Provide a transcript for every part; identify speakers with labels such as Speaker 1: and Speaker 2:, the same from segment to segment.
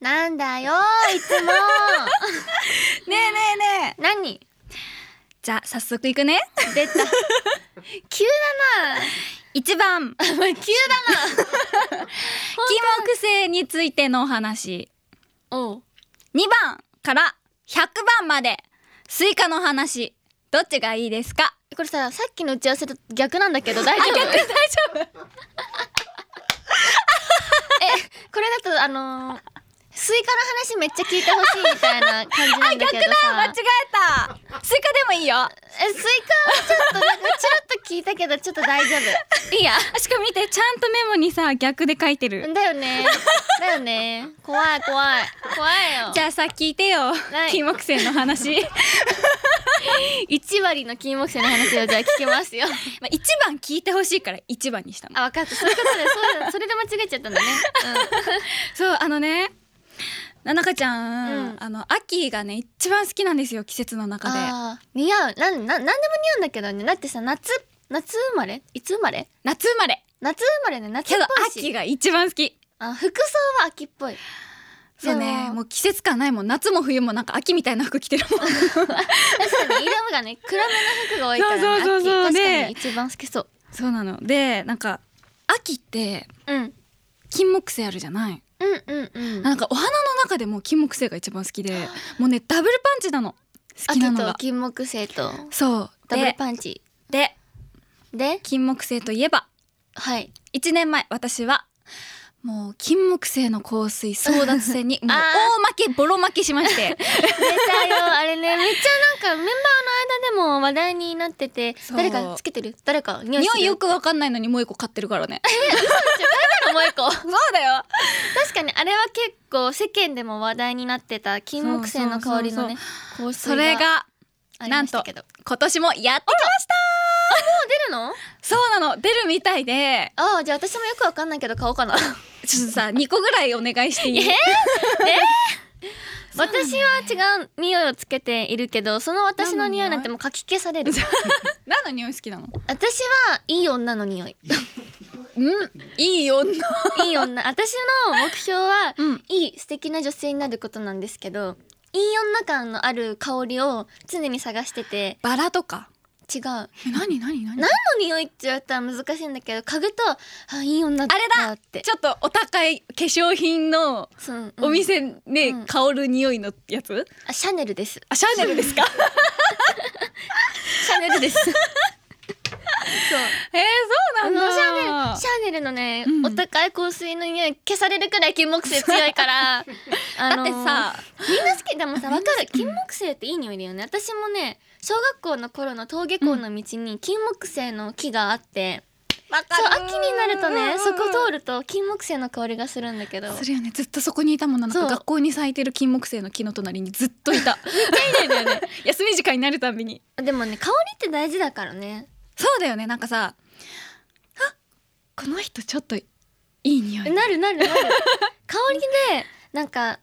Speaker 1: なんだよいつ
Speaker 2: ね
Speaker 1: も
Speaker 2: えねえねえ
Speaker 1: 何
Speaker 2: じゃあ早速いく ね
Speaker 1: 出た急だな
Speaker 2: 1番
Speaker 1: 急だな
Speaker 2: キモくせについてのお話
Speaker 1: おう
Speaker 2: 2番から100番までスイカの話どっちがいいですか
Speaker 1: これささっきの打ち合わせと逆なんだけど大丈夫
Speaker 2: 大丈夫
Speaker 1: これだとあのースイカの話めっちゃ聞いてほしいみたいな感じなんだけどさ
Speaker 2: 間違えたスイカでもいいよ
Speaker 1: えスイカはちょっとなんかチラッと聞いたけどちょっと大丈夫いいや
Speaker 2: あしかも見てちゃんとメモにさ逆で書いてる
Speaker 1: だよねだよね怖い怖い怖いよ
Speaker 2: じゃあさ聞いてよ
Speaker 1: い
Speaker 2: 金木犀の 話
Speaker 1: 1割の金木犀の話をじゃあ聞きますよ
Speaker 2: まあ一番聞いてほしいから一番にしたの
Speaker 1: あ分かったそういうことでそうだそれで間違えちゃったんだね、
Speaker 2: そうあのねななかちゃん、
Speaker 1: うん
Speaker 2: あの秋がね一番好きなんですよ季節の中で
Speaker 1: あー似合うなんなんなんでも似合うんだけどねだってさ夏夏生まれいつ生まれ
Speaker 2: 夏生まれ
Speaker 1: 夏生まれね夏
Speaker 2: け
Speaker 1: っ
Speaker 2: ど
Speaker 1: ぽいし
Speaker 2: 秋が一番好き
Speaker 1: あ服装は秋っぽい
Speaker 2: そうね
Speaker 1: でも
Speaker 2: もう季節感ないもん夏も冬もなんか秋みたいな服着てるもん
Speaker 1: 確かに色がね暗めの服が多いから、ね、
Speaker 2: そうそうそうそう
Speaker 1: 秋確か
Speaker 2: ね
Speaker 1: に一番好きそう
Speaker 2: そうなのでなんか秋って
Speaker 1: うん
Speaker 2: 金木犀あるじゃない
Speaker 1: うんうんうん
Speaker 2: なんかお花の中でも金木犀が一番好きでもうねダブルパンチなの好きな
Speaker 1: 秋
Speaker 2: の
Speaker 1: と
Speaker 2: が
Speaker 1: 金木犀と
Speaker 2: そう
Speaker 1: ダブル
Speaker 2: で
Speaker 1: パンチ
Speaker 2: で
Speaker 1: で
Speaker 2: 金木犀といえば
Speaker 1: はい
Speaker 2: 1年前私はもう金木犀の香水争奪戦にもう
Speaker 1: あー
Speaker 2: 大負けボロ負けしまして
Speaker 1: 出たよあれねめっちゃなんかメンバーの間でも話題になってて
Speaker 2: そう
Speaker 1: 誰かつけてる誰か 匂い
Speaker 2: 匂
Speaker 1: する
Speaker 2: いよくわかんないのにもう一個買ってるからね
Speaker 1: もう一個
Speaker 2: そうだよ
Speaker 1: 確かにあれは結構世間でも話題になってた金木犀の香りのね香
Speaker 2: そ
Speaker 1: 水
Speaker 2: れ
Speaker 1: が
Speaker 2: が
Speaker 1: ありましたけど
Speaker 2: 今年もやってきました
Speaker 1: 出るの
Speaker 2: そうなの出るみたいで
Speaker 1: ああじゃあ私もよくわかんないけど買おうかな
Speaker 2: ちょっとさ2 個ぐらいお願いしていい
Speaker 1: 私は違う匂いをつけているけどその私の匂いなんてもうかき消される
Speaker 2: 何の匂い好きなの
Speaker 1: 私はいい女の匂い
Speaker 2: うんいい女
Speaker 1: いい女私の目標は、
Speaker 2: うん
Speaker 1: いい素敵な女性になることなんですけどいい女感のある香りを常に探してて
Speaker 2: バラとか
Speaker 1: 違う
Speaker 2: え
Speaker 1: 何の
Speaker 2: 何何何
Speaker 1: 匂いって言われたら難しいんだけど嗅ぐとあいい女だ
Speaker 2: あ
Speaker 1: って
Speaker 2: ちょっとお高い化粧品の
Speaker 1: そのうん
Speaker 2: お店ね、
Speaker 1: うん
Speaker 2: 香る匂いのやつ
Speaker 1: あシャネルです
Speaker 2: あシャネルですか
Speaker 1: シャネルですそう
Speaker 2: えー、
Speaker 1: あ
Speaker 2: そう
Speaker 1: のシ
Speaker 2: なんだ
Speaker 1: ャネルシャネルのね、
Speaker 2: うん
Speaker 1: お高い香水の匂い消されるくらい金木犀強いから あ
Speaker 2: だ
Speaker 1: の
Speaker 2: ってさ
Speaker 1: みんな好きでもさわかる金木犀っていい匂いだよね私もね小学校の頃の登下校の道に金木犀の木があって、そう秋になるとねそこ通
Speaker 2: る
Speaker 1: ると金木犀の香りがするんだけど
Speaker 2: するよねずっとそこにいたもんななん
Speaker 1: そ
Speaker 2: か
Speaker 1: う
Speaker 2: 学校に咲いてる金木犀の木の隣にずっ といた休み時間になるたびに
Speaker 1: でもね香りって大事だからね
Speaker 2: そうだよねなんかさあこの人ちょっといい匂い
Speaker 1: なるなるな る香りでなんか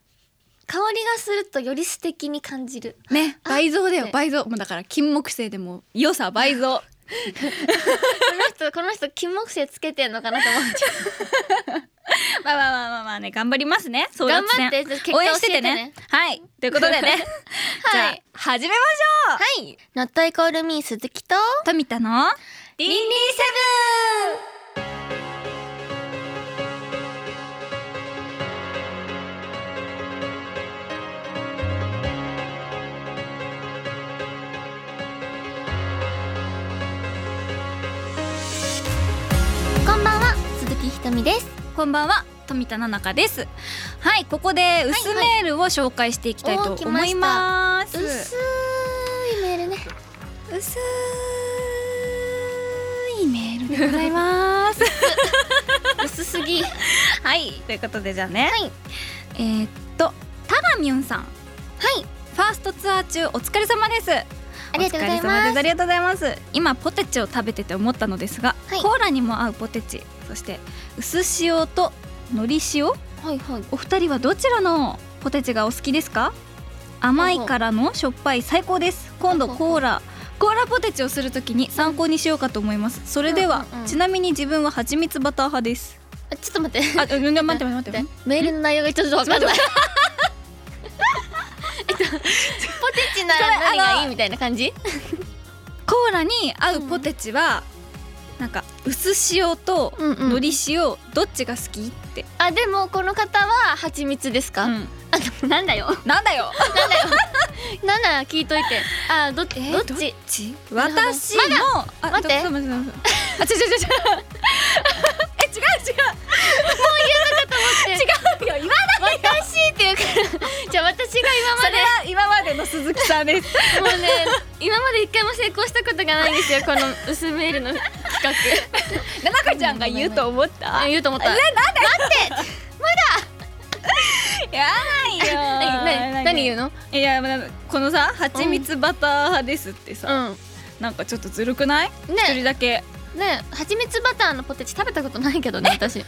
Speaker 1: 香りがするとより素敵に感じる
Speaker 2: ね
Speaker 1: あ
Speaker 2: 倍増だよ
Speaker 1: ね
Speaker 2: 倍増もうだから金木犀でも良さ倍増
Speaker 1: この人 この人金木犀つけてんのかなと思っちゃ
Speaker 2: まあまあまあまあまあね頑張りますね
Speaker 1: う
Speaker 2: 争
Speaker 1: 頑
Speaker 2: 奪
Speaker 1: 張
Speaker 2: 戦
Speaker 1: って結果教
Speaker 2: 応援
Speaker 1: え
Speaker 2: してて
Speaker 1: て
Speaker 2: ね
Speaker 1: ね
Speaker 2: はいということでね、じゃ
Speaker 1: は
Speaker 2: あ
Speaker 1: い
Speaker 2: 始めましょう
Speaker 1: はい「ノットイコールミー鈴木と」
Speaker 2: 富田のリンリンセ
Speaker 1: こんばんは鈴木ひとみです
Speaker 2: ブンこんばんは富田七香ですはいここで薄
Speaker 1: はい
Speaker 2: メールを紹介していきたいと
Speaker 1: おー来
Speaker 2: 思
Speaker 1: ま
Speaker 2: い
Speaker 1: した
Speaker 2: ます、
Speaker 1: 薄いメールね
Speaker 2: 薄いメールでございます
Speaker 1: 薄すぎ は
Speaker 2: はいということでじゃあね、
Speaker 1: はい
Speaker 2: えーっとタラミュンさんフ
Speaker 1: い
Speaker 2: ァーストツアー中お疲れ様です
Speaker 1: ありがとうござい
Speaker 2: お疲れ様
Speaker 1: ま
Speaker 2: ですありがとうございます今ポテチを食べてて思ったのですが、
Speaker 1: はい
Speaker 2: コーラにも合うポテチそして薄塩と海苔塩
Speaker 1: はいはい
Speaker 2: お二人はどちらのポテチがお好きですか甘いからのしょっぱい最高です今度
Speaker 1: ほう
Speaker 2: コーラコーラポテチをするときに参考にしようかと思いますそれでは、
Speaker 1: うんうんうん
Speaker 2: ちなみに自分は蜂蜜バター派です
Speaker 1: あちょっと待って
Speaker 2: あ、うん待って待って待って
Speaker 1: 待ってメールの内容がちょっとわかんないテチなら何がいいみたいな感じ
Speaker 2: コーラに合うポテチは、なんか薄塩と
Speaker 1: うんうん
Speaker 2: のり塩どっちが好きって、
Speaker 1: あでもこの方は蜂蜜ですか、
Speaker 2: うん
Speaker 1: あでもなんだよ
Speaker 2: なんだよ
Speaker 1: なんだよ聞いといてあど,、どっち
Speaker 2: ち
Speaker 1: なるほど
Speaker 2: 私もあ
Speaker 1: 待って
Speaker 2: どどどどどあ違う違う違うえ違う違うもう言えなかったもん違うよ言わ
Speaker 1: 私っていうからじゃあ私が
Speaker 2: それは今までの鈴木さんです
Speaker 1: 今までもうね今まで一回も成功したことがない んですよこの薄メールの企画
Speaker 2: ななかちゃんが言うと思った
Speaker 1: あ言うと思った
Speaker 2: やだ よ
Speaker 1: 何何言うの
Speaker 2: いやまあこのさ蜂蜜バター派ですってさ、
Speaker 1: う
Speaker 2: なんかちょっとずるくない
Speaker 1: ん
Speaker 2: 一人
Speaker 1: ね
Speaker 2: だけ
Speaker 1: ね蜂蜜バターのポテチ食べたことないけどね私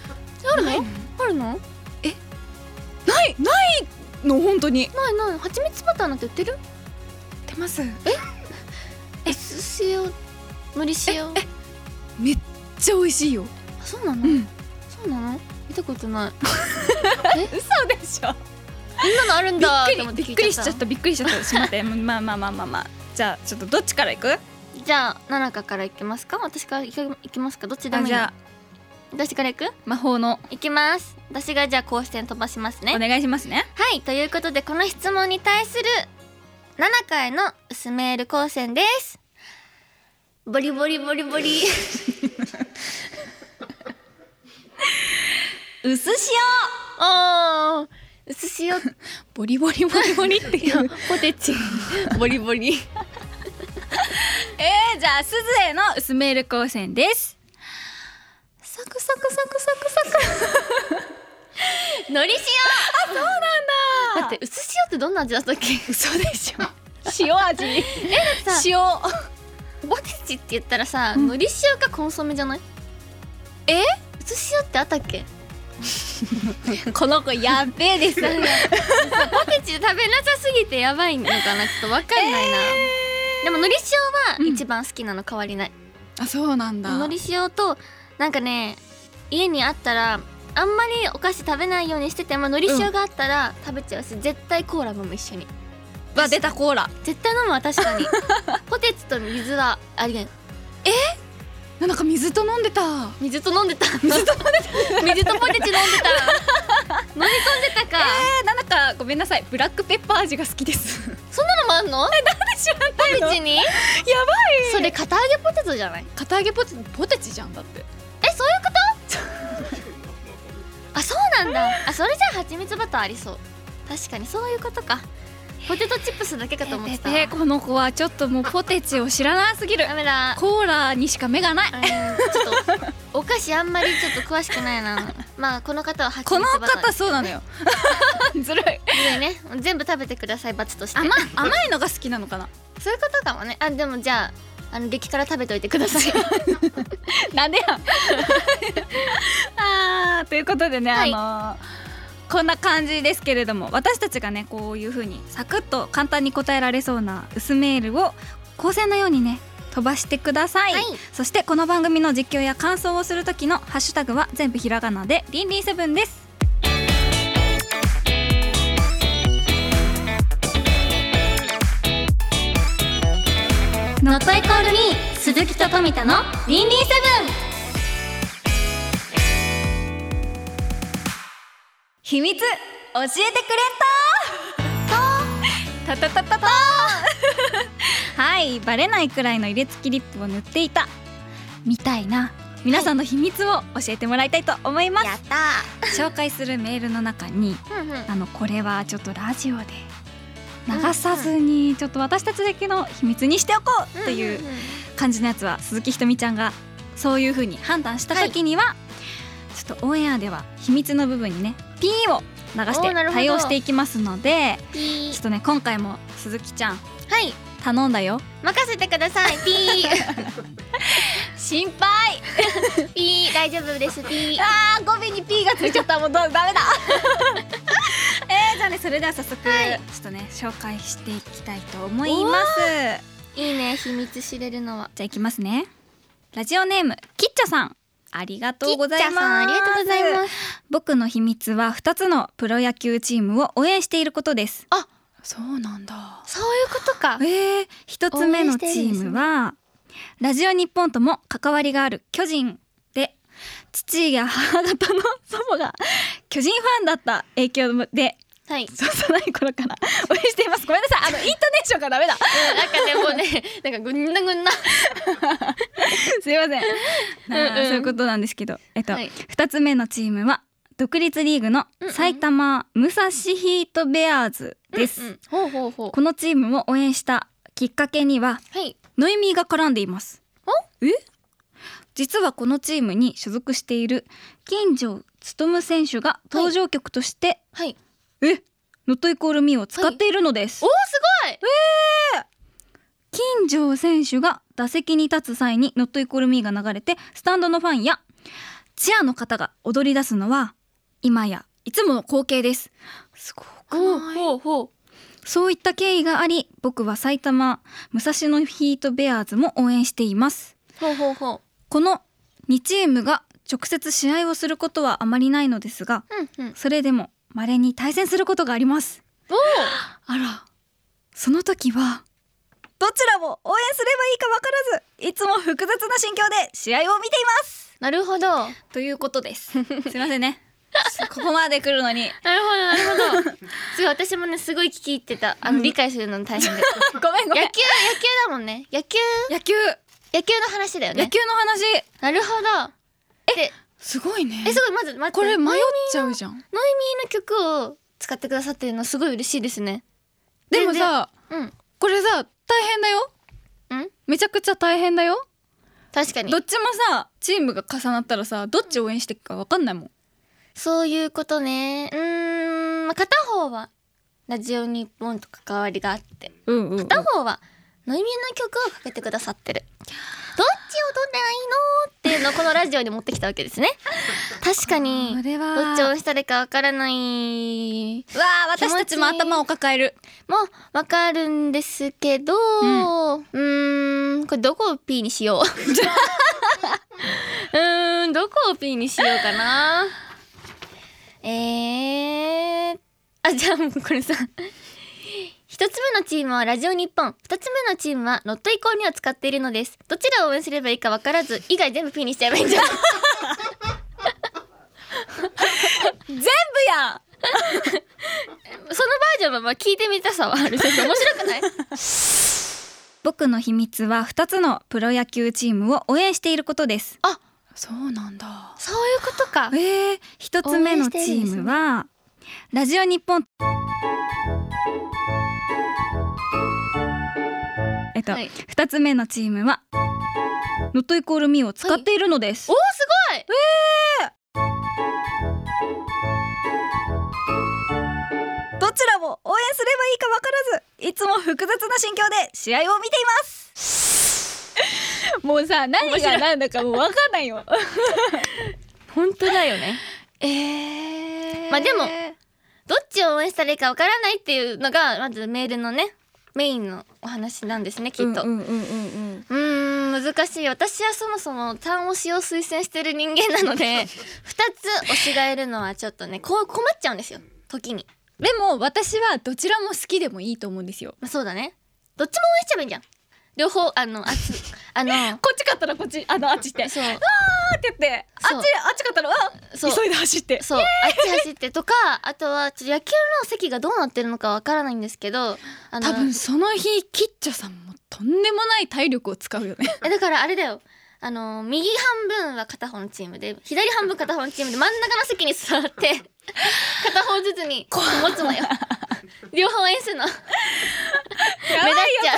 Speaker 1: あるの
Speaker 2: ないの
Speaker 1: あるの
Speaker 2: ないないの本当に
Speaker 1: ないない蜂蜜バターなんて売ってる
Speaker 2: 出ます
Speaker 1: えす塩無理塩
Speaker 2: めっちゃ美味しいよ
Speaker 1: あそうなの、
Speaker 2: うん
Speaker 1: そうなの見たこ とない
Speaker 2: 嘘でしょ
Speaker 1: こんなのあるん
Speaker 2: び
Speaker 1: だ
Speaker 2: っくりびっくりしちゃったびっくりしちゃったちょっと待ってまあまあまあまあまあじゃあちょっとどっちから行く
Speaker 1: じゃあ奈々香から行きますか私から行き行きますかどっちでもいい
Speaker 2: じゃあ
Speaker 1: 私から行く
Speaker 2: 魔法の
Speaker 1: 行きます私がじゃあこうして飛ばしますね
Speaker 2: お願いしますね
Speaker 1: はいということでこの質問に対する奈々香への薄メール光線ですボリボリボリボ リ
Speaker 2: 薄塩
Speaker 1: おー薄塩
Speaker 2: ボリボリボリボリっていう
Speaker 1: ポテチボリボリ
Speaker 2: えー、じゃあすずえの薄メール光線ですサクサクサクサクサク
Speaker 1: のり塩
Speaker 2: なん
Speaker 1: だって薄塩ってどんな味だったっけ
Speaker 2: 嘘でしょ塩味
Speaker 1: さ
Speaker 2: 塩
Speaker 1: ポテチって言ったらさ、
Speaker 2: うん
Speaker 1: のり塩かコンソメじゃない
Speaker 2: え
Speaker 1: 薄塩ってあったっけ
Speaker 2: この子やっべえです
Speaker 1: なんかさポテチ食べなさすぎてやばいのかなちょっとわかんないな、でものり塩は一番好きなの変わりない、
Speaker 2: あそうなんだ
Speaker 1: のり塩となんかね家にあったらあんまりお菓子食べないようにしててものり塩があったら食べちゃうし、絶対コーラも一緒に
Speaker 2: は出たコーラ
Speaker 1: 絶対飲むわ確 かにポテチと水はありえん
Speaker 2: なんか水と飲んでた
Speaker 1: 水と飲んでた水と水とポテチ飲んでた飲み込んでたか、
Speaker 2: えー、なんだかごめんなさいブラックペッパー味が好きです
Speaker 1: そんなのもあんの
Speaker 2: 知ら
Speaker 1: ポ
Speaker 2: ないの
Speaker 1: テチに
Speaker 2: やばい
Speaker 1: それ片揚げポテトじゃない
Speaker 2: 片揚げポテポテチじゃんだって
Speaker 1: えそういう ことあそうなんだあそれじゃあ蜂蜜バターありそう確かにそういうことかポテトチップスだけかと思ってたわ
Speaker 2: えーこの子はちょっともうポテチを知らなすぎる
Speaker 1: ダメだ
Speaker 2: コーラにしか目がない
Speaker 1: うんちょっとお菓子あんまりちょっと詳しくないなまあこの方は蜂
Speaker 2: こ
Speaker 1: 蜜
Speaker 2: の
Speaker 1: バター
Speaker 2: 方そうなのよ ずるい
Speaker 1: でね全部食べてください罰として
Speaker 2: 甘甘いのが好きなのかな
Speaker 1: そういうことかもねあでもじゃああの激辛食べといてください
Speaker 2: なんでや あーということでね、
Speaker 1: はい
Speaker 2: あのーこんな感じですけれども私たちがねこういう風にサクッと簡単に答えられそうな薄メールを光線のようにね飛ばしてください、
Speaker 1: はい
Speaker 2: そしてこの番組の実況や感想をする時のハッシュタグは全部ひらがなでりんりんセブンです
Speaker 1: ノットイコールに鈴木と富田のリンリンセ
Speaker 2: 秘密教 えてくれたたたたたた はいバレないくらいの入れ付きリップを塗っていたみたいな皆さんの秘密を教えてもらいたいと思いま
Speaker 1: ブン
Speaker 2: す、
Speaker 1: やった
Speaker 2: 紹介するメールの中に
Speaker 1: ーうんうん
Speaker 2: あのこれはちょっとラジオで流さずにちょっと私たちだけの秘密にしておこうという感じのやつは鈴木ひとみちゃんがそういうふうに判断した時には、ちょっとオンエアでは秘密の部分にねピーを流し
Speaker 1: おー
Speaker 2: て
Speaker 1: なるほど
Speaker 2: 対応していきますので
Speaker 1: ピ
Speaker 2: ちょっ
Speaker 1: ー
Speaker 2: とね今回も鈴木ちゃん
Speaker 1: はい
Speaker 2: 頼んだよ
Speaker 1: 任せてくださ いピー
Speaker 2: 心配
Speaker 1: ピー大丈夫ですピー
Speaker 2: あー語尾にピーがついちゃったもうどダメだ えー、じゃあねそれでは早速、
Speaker 1: はい
Speaker 2: ちょっとね紹介していきたいと思います
Speaker 1: いいね秘密知れるのは
Speaker 2: じゃあいきますねラジオネームキッチャさんありがとうございます
Speaker 1: キッチャさんありがとうございます
Speaker 2: 僕の秘密は2つのプロ野球チームを応援していることです
Speaker 1: あ
Speaker 2: そうなんだ
Speaker 1: そういうことか
Speaker 2: えー、一つ目のチームは、ラジオ日本とも関わりがある巨人で父や母方の祖母が巨人ファンだった影響で
Speaker 1: はいうん
Speaker 2: 幼い頃から応援していますごめんなさいあのイントネーションがダメだ
Speaker 1: なんかでもね なんかぐんなぐんな
Speaker 2: すいませんな
Speaker 1: うんうん
Speaker 2: そういうことなんですけどえっと、
Speaker 1: はい
Speaker 2: 二つ目のチームは独立リーグの
Speaker 1: うんうん
Speaker 2: 埼玉武蔵ヒートベアーズです、
Speaker 1: うんうんほうほうほ
Speaker 2: このチームを応援したきっかけには
Speaker 1: うはい
Speaker 2: ノイミーが絡んでいます。え実はこのチームに所属している金城勉選手が登場曲として、
Speaker 1: はい
Speaker 2: えノットイコールミーを使っているのです、
Speaker 1: おーす
Speaker 2: 金城選手が打席に立つ際にノットイコールミーが流れてスタンドのファンやチアの方が踊り出すのは今やいつもの光景ですすご
Speaker 1: ごいほうほう
Speaker 2: そういった経緯があり僕は埼玉武蔵野ヒートベアーズも応援しています
Speaker 1: ほうほうほう
Speaker 2: この2チームが直接試合をすることはあまりないのですが
Speaker 1: うんうん
Speaker 2: それでも稀に対戦することがあります
Speaker 1: おー
Speaker 2: あらその時はどちらも応援すればいいかわからずいつも複雑な心境で試合を見ています
Speaker 1: なるほどなる
Speaker 2: ということです すいませんねここまで来るのに
Speaker 1: ほどなる ほどすごい私もねすごい聞き入ってたあの、
Speaker 2: うん
Speaker 1: 理解するの大変で
Speaker 2: ごめんごめん
Speaker 1: 野球野球だもんね野球
Speaker 2: 野球
Speaker 1: 野球の話だよ
Speaker 2: 野
Speaker 1: ね
Speaker 2: 球の話
Speaker 1: なるほどえ
Speaker 2: すごいね
Speaker 1: えすごいまず待って
Speaker 2: これ
Speaker 1: ノ
Speaker 2: 迷
Speaker 1: イミ
Speaker 2: っちゃうじゃん
Speaker 1: ーの曲を使ってくださってるのすごい嬉しいですね
Speaker 2: でも
Speaker 1: 全然
Speaker 2: さ
Speaker 1: うん
Speaker 2: これさ大変だよ
Speaker 1: うん
Speaker 2: めちゃくちゃ大変だよ
Speaker 1: 確かに
Speaker 2: どっちもさチームが重なったらさどっち応援してっかわかんないもん
Speaker 1: そういうことねうーんまあ片方はラジオ日本と関わりがあって
Speaker 2: うんうん、
Speaker 1: 片方はノイミーの曲をかけてくださってるどっちを取ればいいのっていうのをこのラジオに持ってきたわけ ですね確かに
Speaker 2: これは
Speaker 1: どっちを押したらいいかわからない
Speaker 2: わあ私たちも
Speaker 1: 気持ちいい
Speaker 2: 頭を抱える
Speaker 1: もわかるんですけど、うん、ーんこれどこを P にし よううーんどこを P にしようかなえー、あじゃあもうこれさ一つ目のチームはラジオ日本二つ目のチームはノットイコールにを使っているのですどちらを応援すればいいかわからず以外全部 P にしちゃえばいいんじゃない
Speaker 2: 全部やん
Speaker 1: そのバージョンもまあ聞いてみたさはあるけど 面白くない
Speaker 2: 僕の秘密は2つのプロ野球チームを応援していることです
Speaker 1: あ
Speaker 2: そうなんだ
Speaker 1: そういうことか
Speaker 2: えー、1つ目のチームは、ラジオ日本えっと、
Speaker 1: はい
Speaker 2: 2つ目のチームはノットイコールミーを使っているのです、
Speaker 1: おーすごい
Speaker 2: どちらも応援すればいいかわからずいつも複雑な心境で試合を見ていますもうさ何が何だかもうわかん ないよ
Speaker 1: 本当だよね
Speaker 2: えー
Speaker 1: まあでもどっちを応援したらいいかわからないっていうのがまずメールのねメインのお話なんですねきっと。う
Speaker 2: うんうんうんうん
Speaker 1: ーん難しい私はそもそも単推しを推薦してる人間なので二つ推しがいるのはちょっとねこう困っちゃうんですよ時に、
Speaker 3: でも私はどちらも好きでもいいと思うんですよ
Speaker 1: まあ、そうだねどっちも応援しちゃえばいいじゃん両方あのあつあの
Speaker 3: こっち勝ったらこっちあのあっち行ってあ
Speaker 1: そう
Speaker 3: ーって言って
Speaker 1: そう
Speaker 3: あっちあっち勝ったらあ
Speaker 1: そう
Speaker 3: 急いで走って
Speaker 1: そうあっち走ってとかあとはちょっと野球の席がどうなってるのかわからないんですけどあの
Speaker 3: 多分その日キッチョさんもとんでもない体力を使うよね
Speaker 1: えだからあれだよあのー右半分は片方のチームで左半分片方のチームで真ん中の席に座って 片方ずつにこう持つのよ両方応援するの
Speaker 3: やばいよ
Speaker 1: 目立っ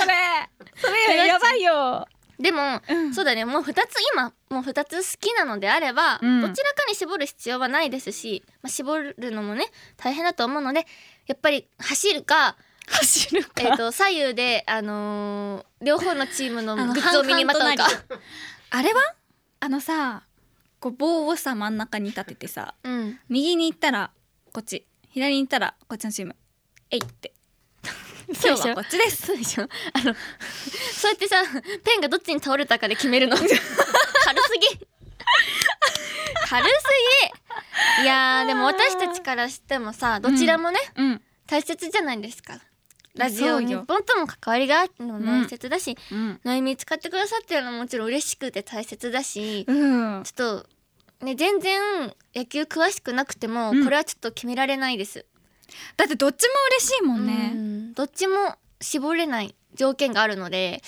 Speaker 3: それそれ
Speaker 1: 目立っちゃう
Speaker 3: やばいよ
Speaker 1: でも、
Speaker 3: うん
Speaker 1: そうだねもう2つ今もう2つ好きなのであれば、
Speaker 2: うん
Speaker 1: どちらかに絞る必要はないですし、まあ、絞るのもね大変だと思うのでやっぱり走るか、
Speaker 3: 走るか
Speaker 1: え ー、と左右で、あのー両方のチームの
Speaker 2: あの
Speaker 1: グッズを身にまとうか
Speaker 2: 半々あれはあのさこう棒をさ真ん中に立ててさ
Speaker 1: うん
Speaker 2: 右に行ったらこっち左に行ったらこっちのチームえいって
Speaker 1: そ
Speaker 2: 今
Speaker 1: うでし
Speaker 2: 日
Speaker 1: ょ
Speaker 2: はこっちです
Speaker 1: そうでしょ あのそうやってさペンがどっちに倒れたかで 決めるの軽すぎ軽すぎいやーでも私たちからしてもさどちらもね
Speaker 2: うん
Speaker 1: 大切じゃないですかラジオ
Speaker 2: そう
Speaker 1: 日
Speaker 2: よ
Speaker 1: 本とも関わりがあるのも大切だし、
Speaker 2: うん、
Speaker 1: のゆみ使ってくださってるのももちろん嬉しくて大切だし、
Speaker 2: うん、
Speaker 1: ちょっとね全然野球詳しくなくても、
Speaker 2: うん
Speaker 1: これはちょっと決められないです、
Speaker 2: だってどっちも嬉しいもん
Speaker 1: う
Speaker 2: ね、
Speaker 1: んどっちも絞れない条件があるので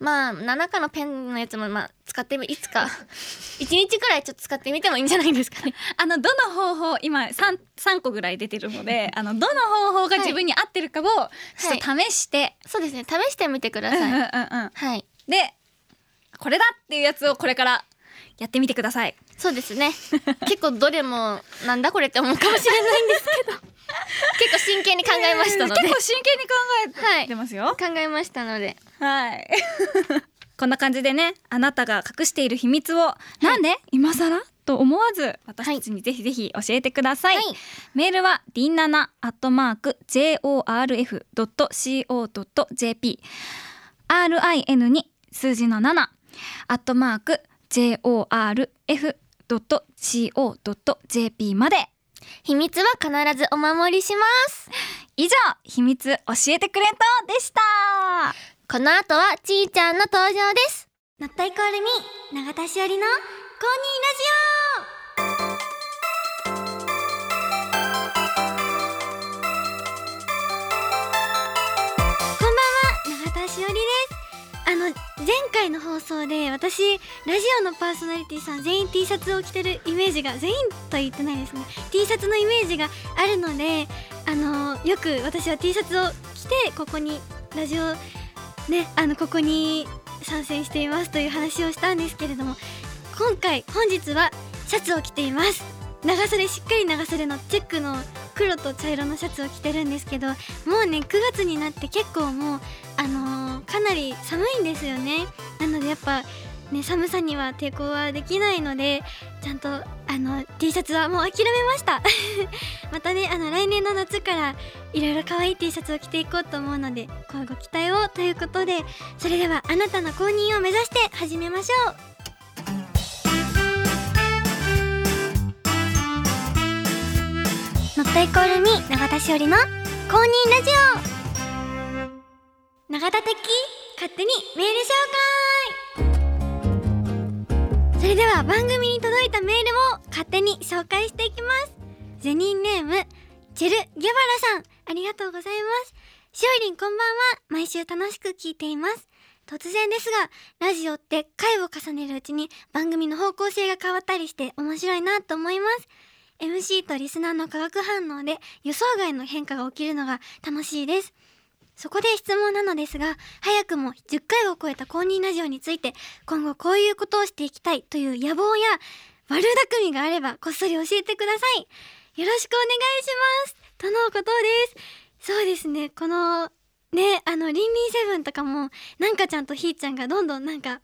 Speaker 1: まあ何らかのペンのやつもまあ使ってみいつ か一日くらいちょっと使ってみてもいいんじゃないですかね
Speaker 2: あのどの方法今 3, 三個ぐらい出てるの であのどの方法が自分に合ってるかをちょっと試して、
Speaker 1: そうですね試してみてくだ
Speaker 2: うんうん
Speaker 1: さい
Speaker 2: うんうん
Speaker 1: はい
Speaker 2: でこれだっていうやつをこれからやってみてください
Speaker 1: そうです ね結構どれもなんだこれって思うかもしれないんです けど結構真剣に考えましたの で
Speaker 2: 結構真剣に考
Speaker 1: は
Speaker 2: え
Speaker 1: い
Speaker 2: てますよ
Speaker 1: 考えましたので
Speaker 2: はいこんな感じでねあなたが隠している秘密をなんで今更と思わず私たちにぜひぜひ教えてください、
Speaker 1: はい
Speaker 2: メールは rin7-jorf.co.jp rin に数字の7アットマーク jorf.co.jp まで
Speaker 1: 秘密は必ずお守りします
Speaker 2: 以上秘密教えてくれんとでした
Speaker 1: この後はちーちゃんの登場ですノットイコールミー永田しおりの公認ラジオこんばんは永田しおりですあの前回の放送で私ラジオのパーソナリティさん全員 T シャツを着てるイメージが全員とは言ってないですね T シャツのイメージがあるのであのよく私は T シャツを着てここにラジオねあのここに参戦していますという話をしたんですけれども今回本日はシャツを着ています長袖しっかり長袖のチェックの黒と茶色のシャツを着てるんですけどもうね9月になって結構もうあのーかなり寒いんですよねなのでやっぱね寒さには抵抗はできないのでちゃんとあの T シャツはもう諦めました またねあの来年の夏からいろいろ可愛い T シャツを着ていこうと思うので今後期待をということでそれではあなたの公認を目指して始めましょうノットイコールミー永田しおりの公認ラジオ永田的勝手にメール紹介それでは番組に届いたメールを勝手に紹介していきますゼニーネームチェル・ゲバラさんありがとうございますしおりんこんばんは毎週楽しく聞いています突然ですがラジオって回を重ねるうちに番組の方向性が変わったりして面白いなと思います MC とリスナーの化学反応で予想外の変化が起きるのが楽しいですそこで質問なのですが早くも10回を超えた公認ラジオについて今後こういうことをしていきたいという野望や悪巧みがあればこっそり教えてくださいよろしくお願いしますとのことですそうですねこのねあのリンリンセブンとかもなんかちゃんとひーちゃんがどんどんなんか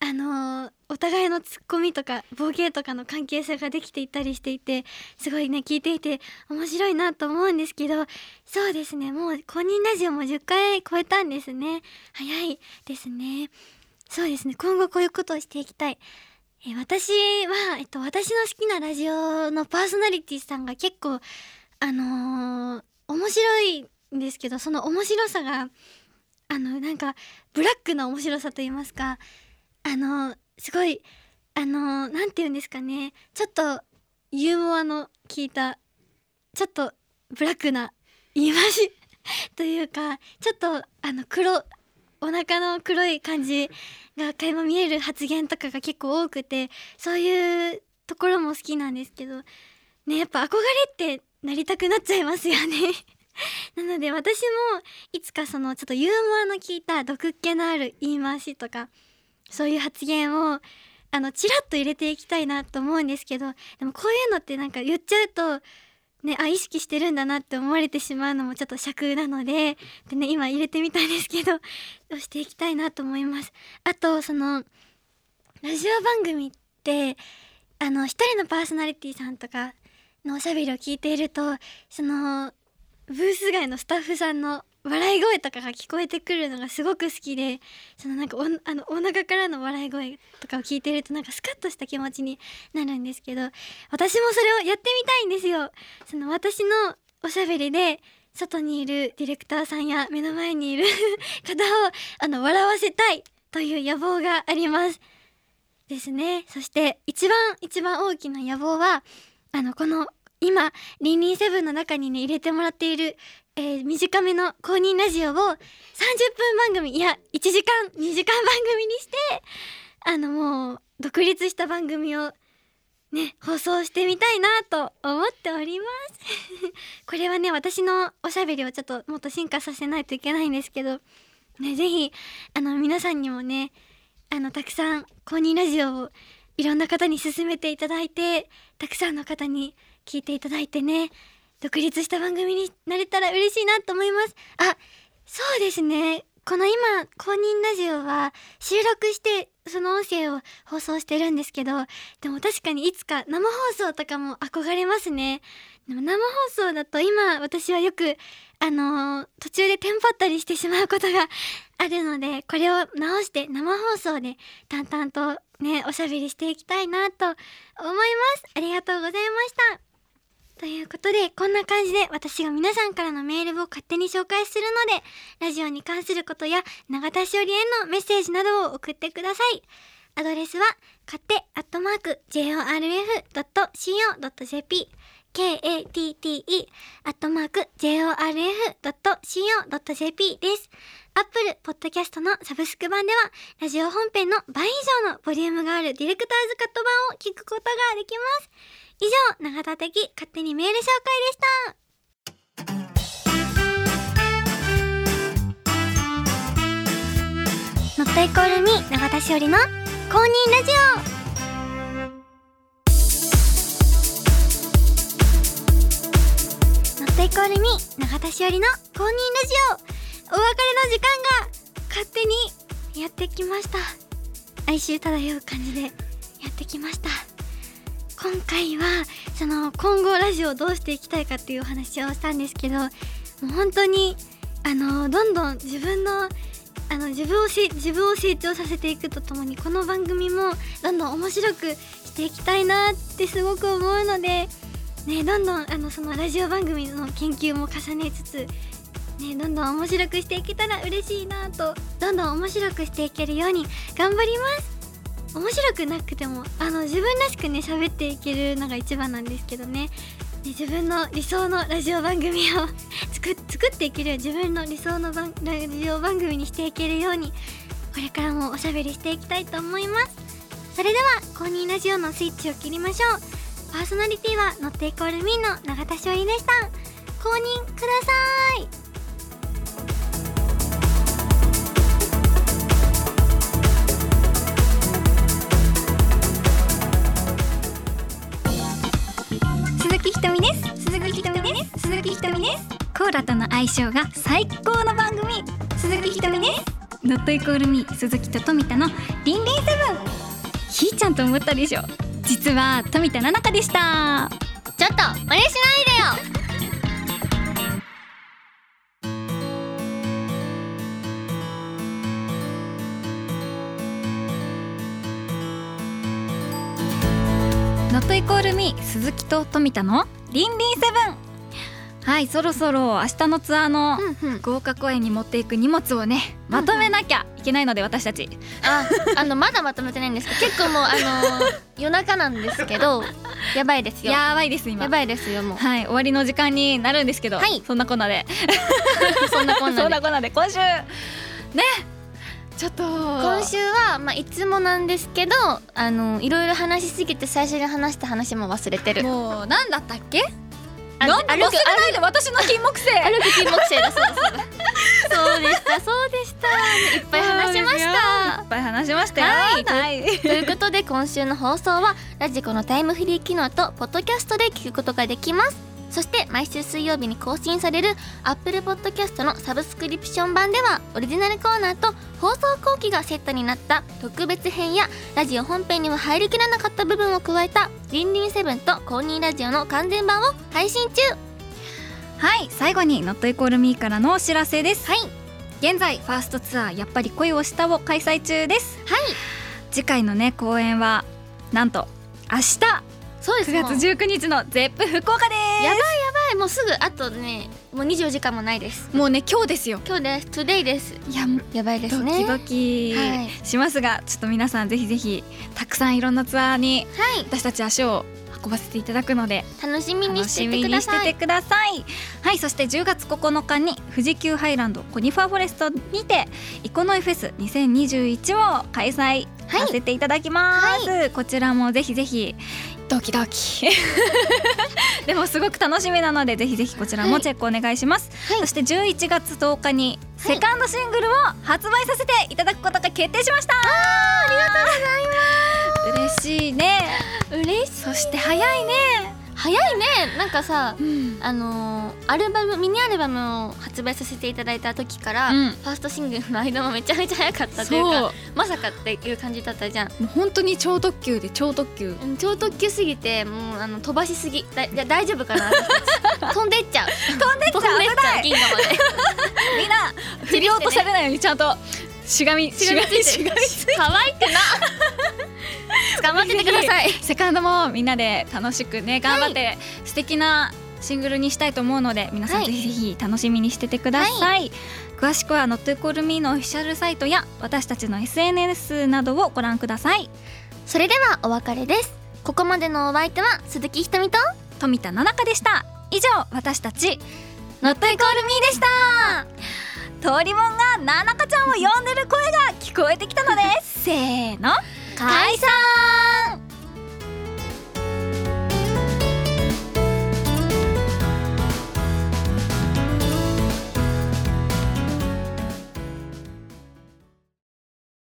Speaker 1: あのーお互いのツッコミとかボケとかの関係性ができていったりしていてすごいね聞いていて面白いなと思うんですけどそうですねもう公認ラジオも10回超えたんですね早いですねそうですね今後こういうことをしていきたいえー私は、えっと、私の好きなラジオのパーソナリティさんが結構あのー面白いんですけどその面白さがあのなんかブラックな面白さと言いますかあのーすごいあのーなんて言うんですかねちょっとユーモアの効いたちょっとブラックな言い回しというかちょっとあの黒お腹の黒い感じが垣間見える発言とかが結構多くてそういうところも好きなんですけどねやっぱ憧れってなりたくなっちゃいますよね なので私もいつかそのちょっとユーモアの効いた毒っ気のある言い回しとかそういう発言をあのちらっと入れていきたいなと思うんですけどでもこういうのってなんか言っちゃうとねあ意識してるんだなって思われてしまうのもちょっと尺なのででね今入れてみたんですけどをしていきたいなと思います。あとそのラジオ番組ってあの一人のパーソナリティさんとかのおしゃべりを聞いているとそのブース外のスタッフさんの笑い声とかが聞こえてくるのがすごく好きでそのなんかおあのお腹からの笑い声とかを聞いてるとなんかスカッとした気持ちになるんですけど私もそれをやってみたいんですよ。その私のおしゃべりで外にいるディレクターさんや目の前にいる 方をあの笑わせたいという野望がありますですねそして一番一番大きな野望はあのこの今リンリンセブンの中にね入れてもらっている、えー短めの公認ラジオを30分番組いや1時間2時間番組にしてあのもう独立した番組をね放送してみたいなと思っております これはね私のおしゃべりをちょっともっと進化させないといけないんですけどねぜひあの皆さんにもねあのたくさん公認ラジオをいろんな方に勧めていただいてたくさんの方に聞いていただいてね独立した番組になれたら嬉しいなと思いますあそうですねこの今公認ラジオは収録してその音声を放送してるんですけどでも確かにいつか生放送とかも憧れますねでも生放送だと今私はよくあのー途中でテンパったりしてしまうことがあるのでこれを直して生放送で淡々とねおしゃべりしていきたいなと思いますありがとうございましたということでこんな感じで私が皆さんからのメールを勝手に紹介するのでラジオに関することや永田しおりへのメッセージなどを送ってくださいアドレスは勝手アットマーク JORF.CO.JP KATTE アットマーク JORF.CO.JP ですアップルポッドキャストのサブスク版ではラジオ本編の倍以上のボリュームがあるディレクターズカット版を聞くことができます以上永田的勝手にメール紹介でしたノットイコールに永田しおりの公認ラジオノットイコールに永田しおりの公認ラジオお別れの時間が勝手にやってきました哀愁漂う感じでやってきました今回はその今後ラジオをどうしていきたいかっていうお話をしたんですけどもう本当にあのどんどん自分のあの自分をし自分を成長させていくとともにこの番組もどんどん面白くしていきたいなってすごく思うので、ね、どんどんあのそのラジオ番組の研究も重ねつつ、ね、どんどん面白くしていけたら嬉しいなとどんどん面白くしていけるように頑張ります面白くなくてもあの自分らしくね喋っていけるのが一番なんですけどねね自分の理想のラジオ番組を 作っ作っていける自分の理想の番ラジオ番組にしていけるようにこれからもおしゃべりしていきたいと思いますそれでは公認ラジオのスイッチを切りましょうパーソナリティは乗ってイコールミンの永田しおりでした公認ください
Speaker 2: 鈴木ひとみです鈴木ひとみです鈴木ひとみですコーラとの相性が最高の番組鈴木ひとみですノットイコールミー鈴木と富田のリンリンセブンひーちゃんと思ったでしょ実は富田七香でした
Speaker 1: ちょっと真似しないでよ
Speaker 2: ノットイコールミー鈴木と富田のリンリンセブンはいそろそろ明日のツアーの
Speaker 1: うんうん
Speaker 2: 豪華公演に持っていく荷物をねまとめなきゃいけないので私たち
Speaker 1: あ、あのまだまとめてないんですけど結構もうあのー夜中なんですけど やばいですよや
Speaker 2: やばいです今
Speaker 1: ばいですよもう
Speaker 2: はい終わりの時間になるんですけど、
Speaker 1: はい
Speaker 2: そんなこんなで
Speaker 1: そんなこん
Speaker 2: そ
Speaker 1: なんで
Speaker 2: なこんなで今週ねちょっと
Speaker 1: 今週はまあいつもなんですけどあのいろいろ話しすぎて最初に話した話も忘れてる
Speaker 2: もう何だったっけ
Speaker 1: あ
Speaker 2: なんで忘れ
Speaker 1: 歩く
Speaker 2: ないで私の金木犀
Speaker 1: 歩く金木犀だそうだそうだそうでしたそうでしたいっぱい話しまし
Speaker 2: い
Speaker 1: た
Speaker 2: っぱい話しましたよ
Speaker 1: はい
Speaker 2: はい
Speaker 1: ということで今週の放送はラジコのタイムフリー機能とポッドキャストで聞くことができますそして毎週水曜日に更新される Apple Podcast のサブスクリプション版ではオリジナルコーナーと放送後期がセットになった特別編やラジオ本編には入りきらなかった部分を加えた「リンリンセブンと公認ラジオの完全版を配信中
Speaker 2: はい最後に「Not Equal Me」からのお知らせです
Speaker 1: はい
Speaker 2: 現在ファーストツアー「やっぱり恋をした」を開催中です次回のね公演はなんと明日
Speaker 1: そうです
Speaker 2: 9
Speaker 1: もう
Speaker 2: 月19日のゼップ福岡です
Speaker 1: やばいやばいもうすぐあとねもう24時間もないです
Speaker 3: もうね今日ですよ
Speaker 1: 今日です today です
Speaker 2: いやもう
Speaker 1: やばいです
Speaker 2: ド
Speaker 1: ね
Speaker 2: キドキ
Speaker 1: はい
Speaker 2: しますが、ちょっと皆さんぜひぜひたくさんいろんなツアーに
Speaker 1: はい
Speaker 2: 私たち足を運ばせていただくので
Speaker 1: 楽しみに
Speaker 2: 楽
Speaker 1: して
Speaker 2: してみ
Speaker 1: くだ
Speaker 2: にして
Speaker 1: さ
Speaker 2: て
Speaker 1: い
Speaker 2: くださいはいそして10月9日に富士急ハイランドコニファーフォレストにてイコノイフェス2021を開催
Speaker 1: はい
Speaker 2: させていただきます、こちらもぜひぜひドキド キでもすごく楽しみなのでぜひぜひこちらもチェックお願いします、
Speaker 1: はい
Speaker 2: そして11月10日に
Speaker 1: はい
Speaker 2: セカンドシングルを発売させていただくことが決定しました、ありがとうございます嬉しいね
Speaker 1: 嬉しい
Speaker 2: そして早いね、
Speaker 1: 早いねなんかさあのーアルバムミニアルバムを発売させていただいた時から、
Speaker 2: うん
Speaker 1: ファーストシングルの間もめちゃめちゃ早かったという
Speaker 3: そう
Speaker 1: か
Speaker 3: も
Speaker 1: まさかっていう感じだったじゃん
Speaker 3: う本当に超特急で超特 急
Speaker 1: うん超特急すぎてもうあの飛ばしすぎだだ大丈夫かな私たち飛んでっちゃう飛んでっち
Speaker 2: ゃう
Speaker 1: 飛んでっちゃう銀河まで
Speaker 2: みん な
Speaker 3: 振り落とされないようにちゃんとしがみ
Speaker 1: しがみついてる
Speaker 3: しがみついてる
Speaker 1: 可愛くな捕まっててください
Speaker 2: セカンドもみんなで楽しくね頑張って素敵なシングルにしたいと思うので皆さ
Speaker 1: は
Speaker 2: ん
Speaker 1: い
Speaker 2: ぜひぜひ楽しみにしててください、詳しくは「NotCallMe」のオフィシャルサイトや私たちの SNS などをご覧ください
Speaker 1: それではお別れですここまでのお相手は鈴木ひとみと
Speaker 2: 富田七香でした以上私たち「NotCallMe」でした通りもん が七香ちゃんを呼んでる声が聞こえてきたのですせーの
Speaker 1: 解散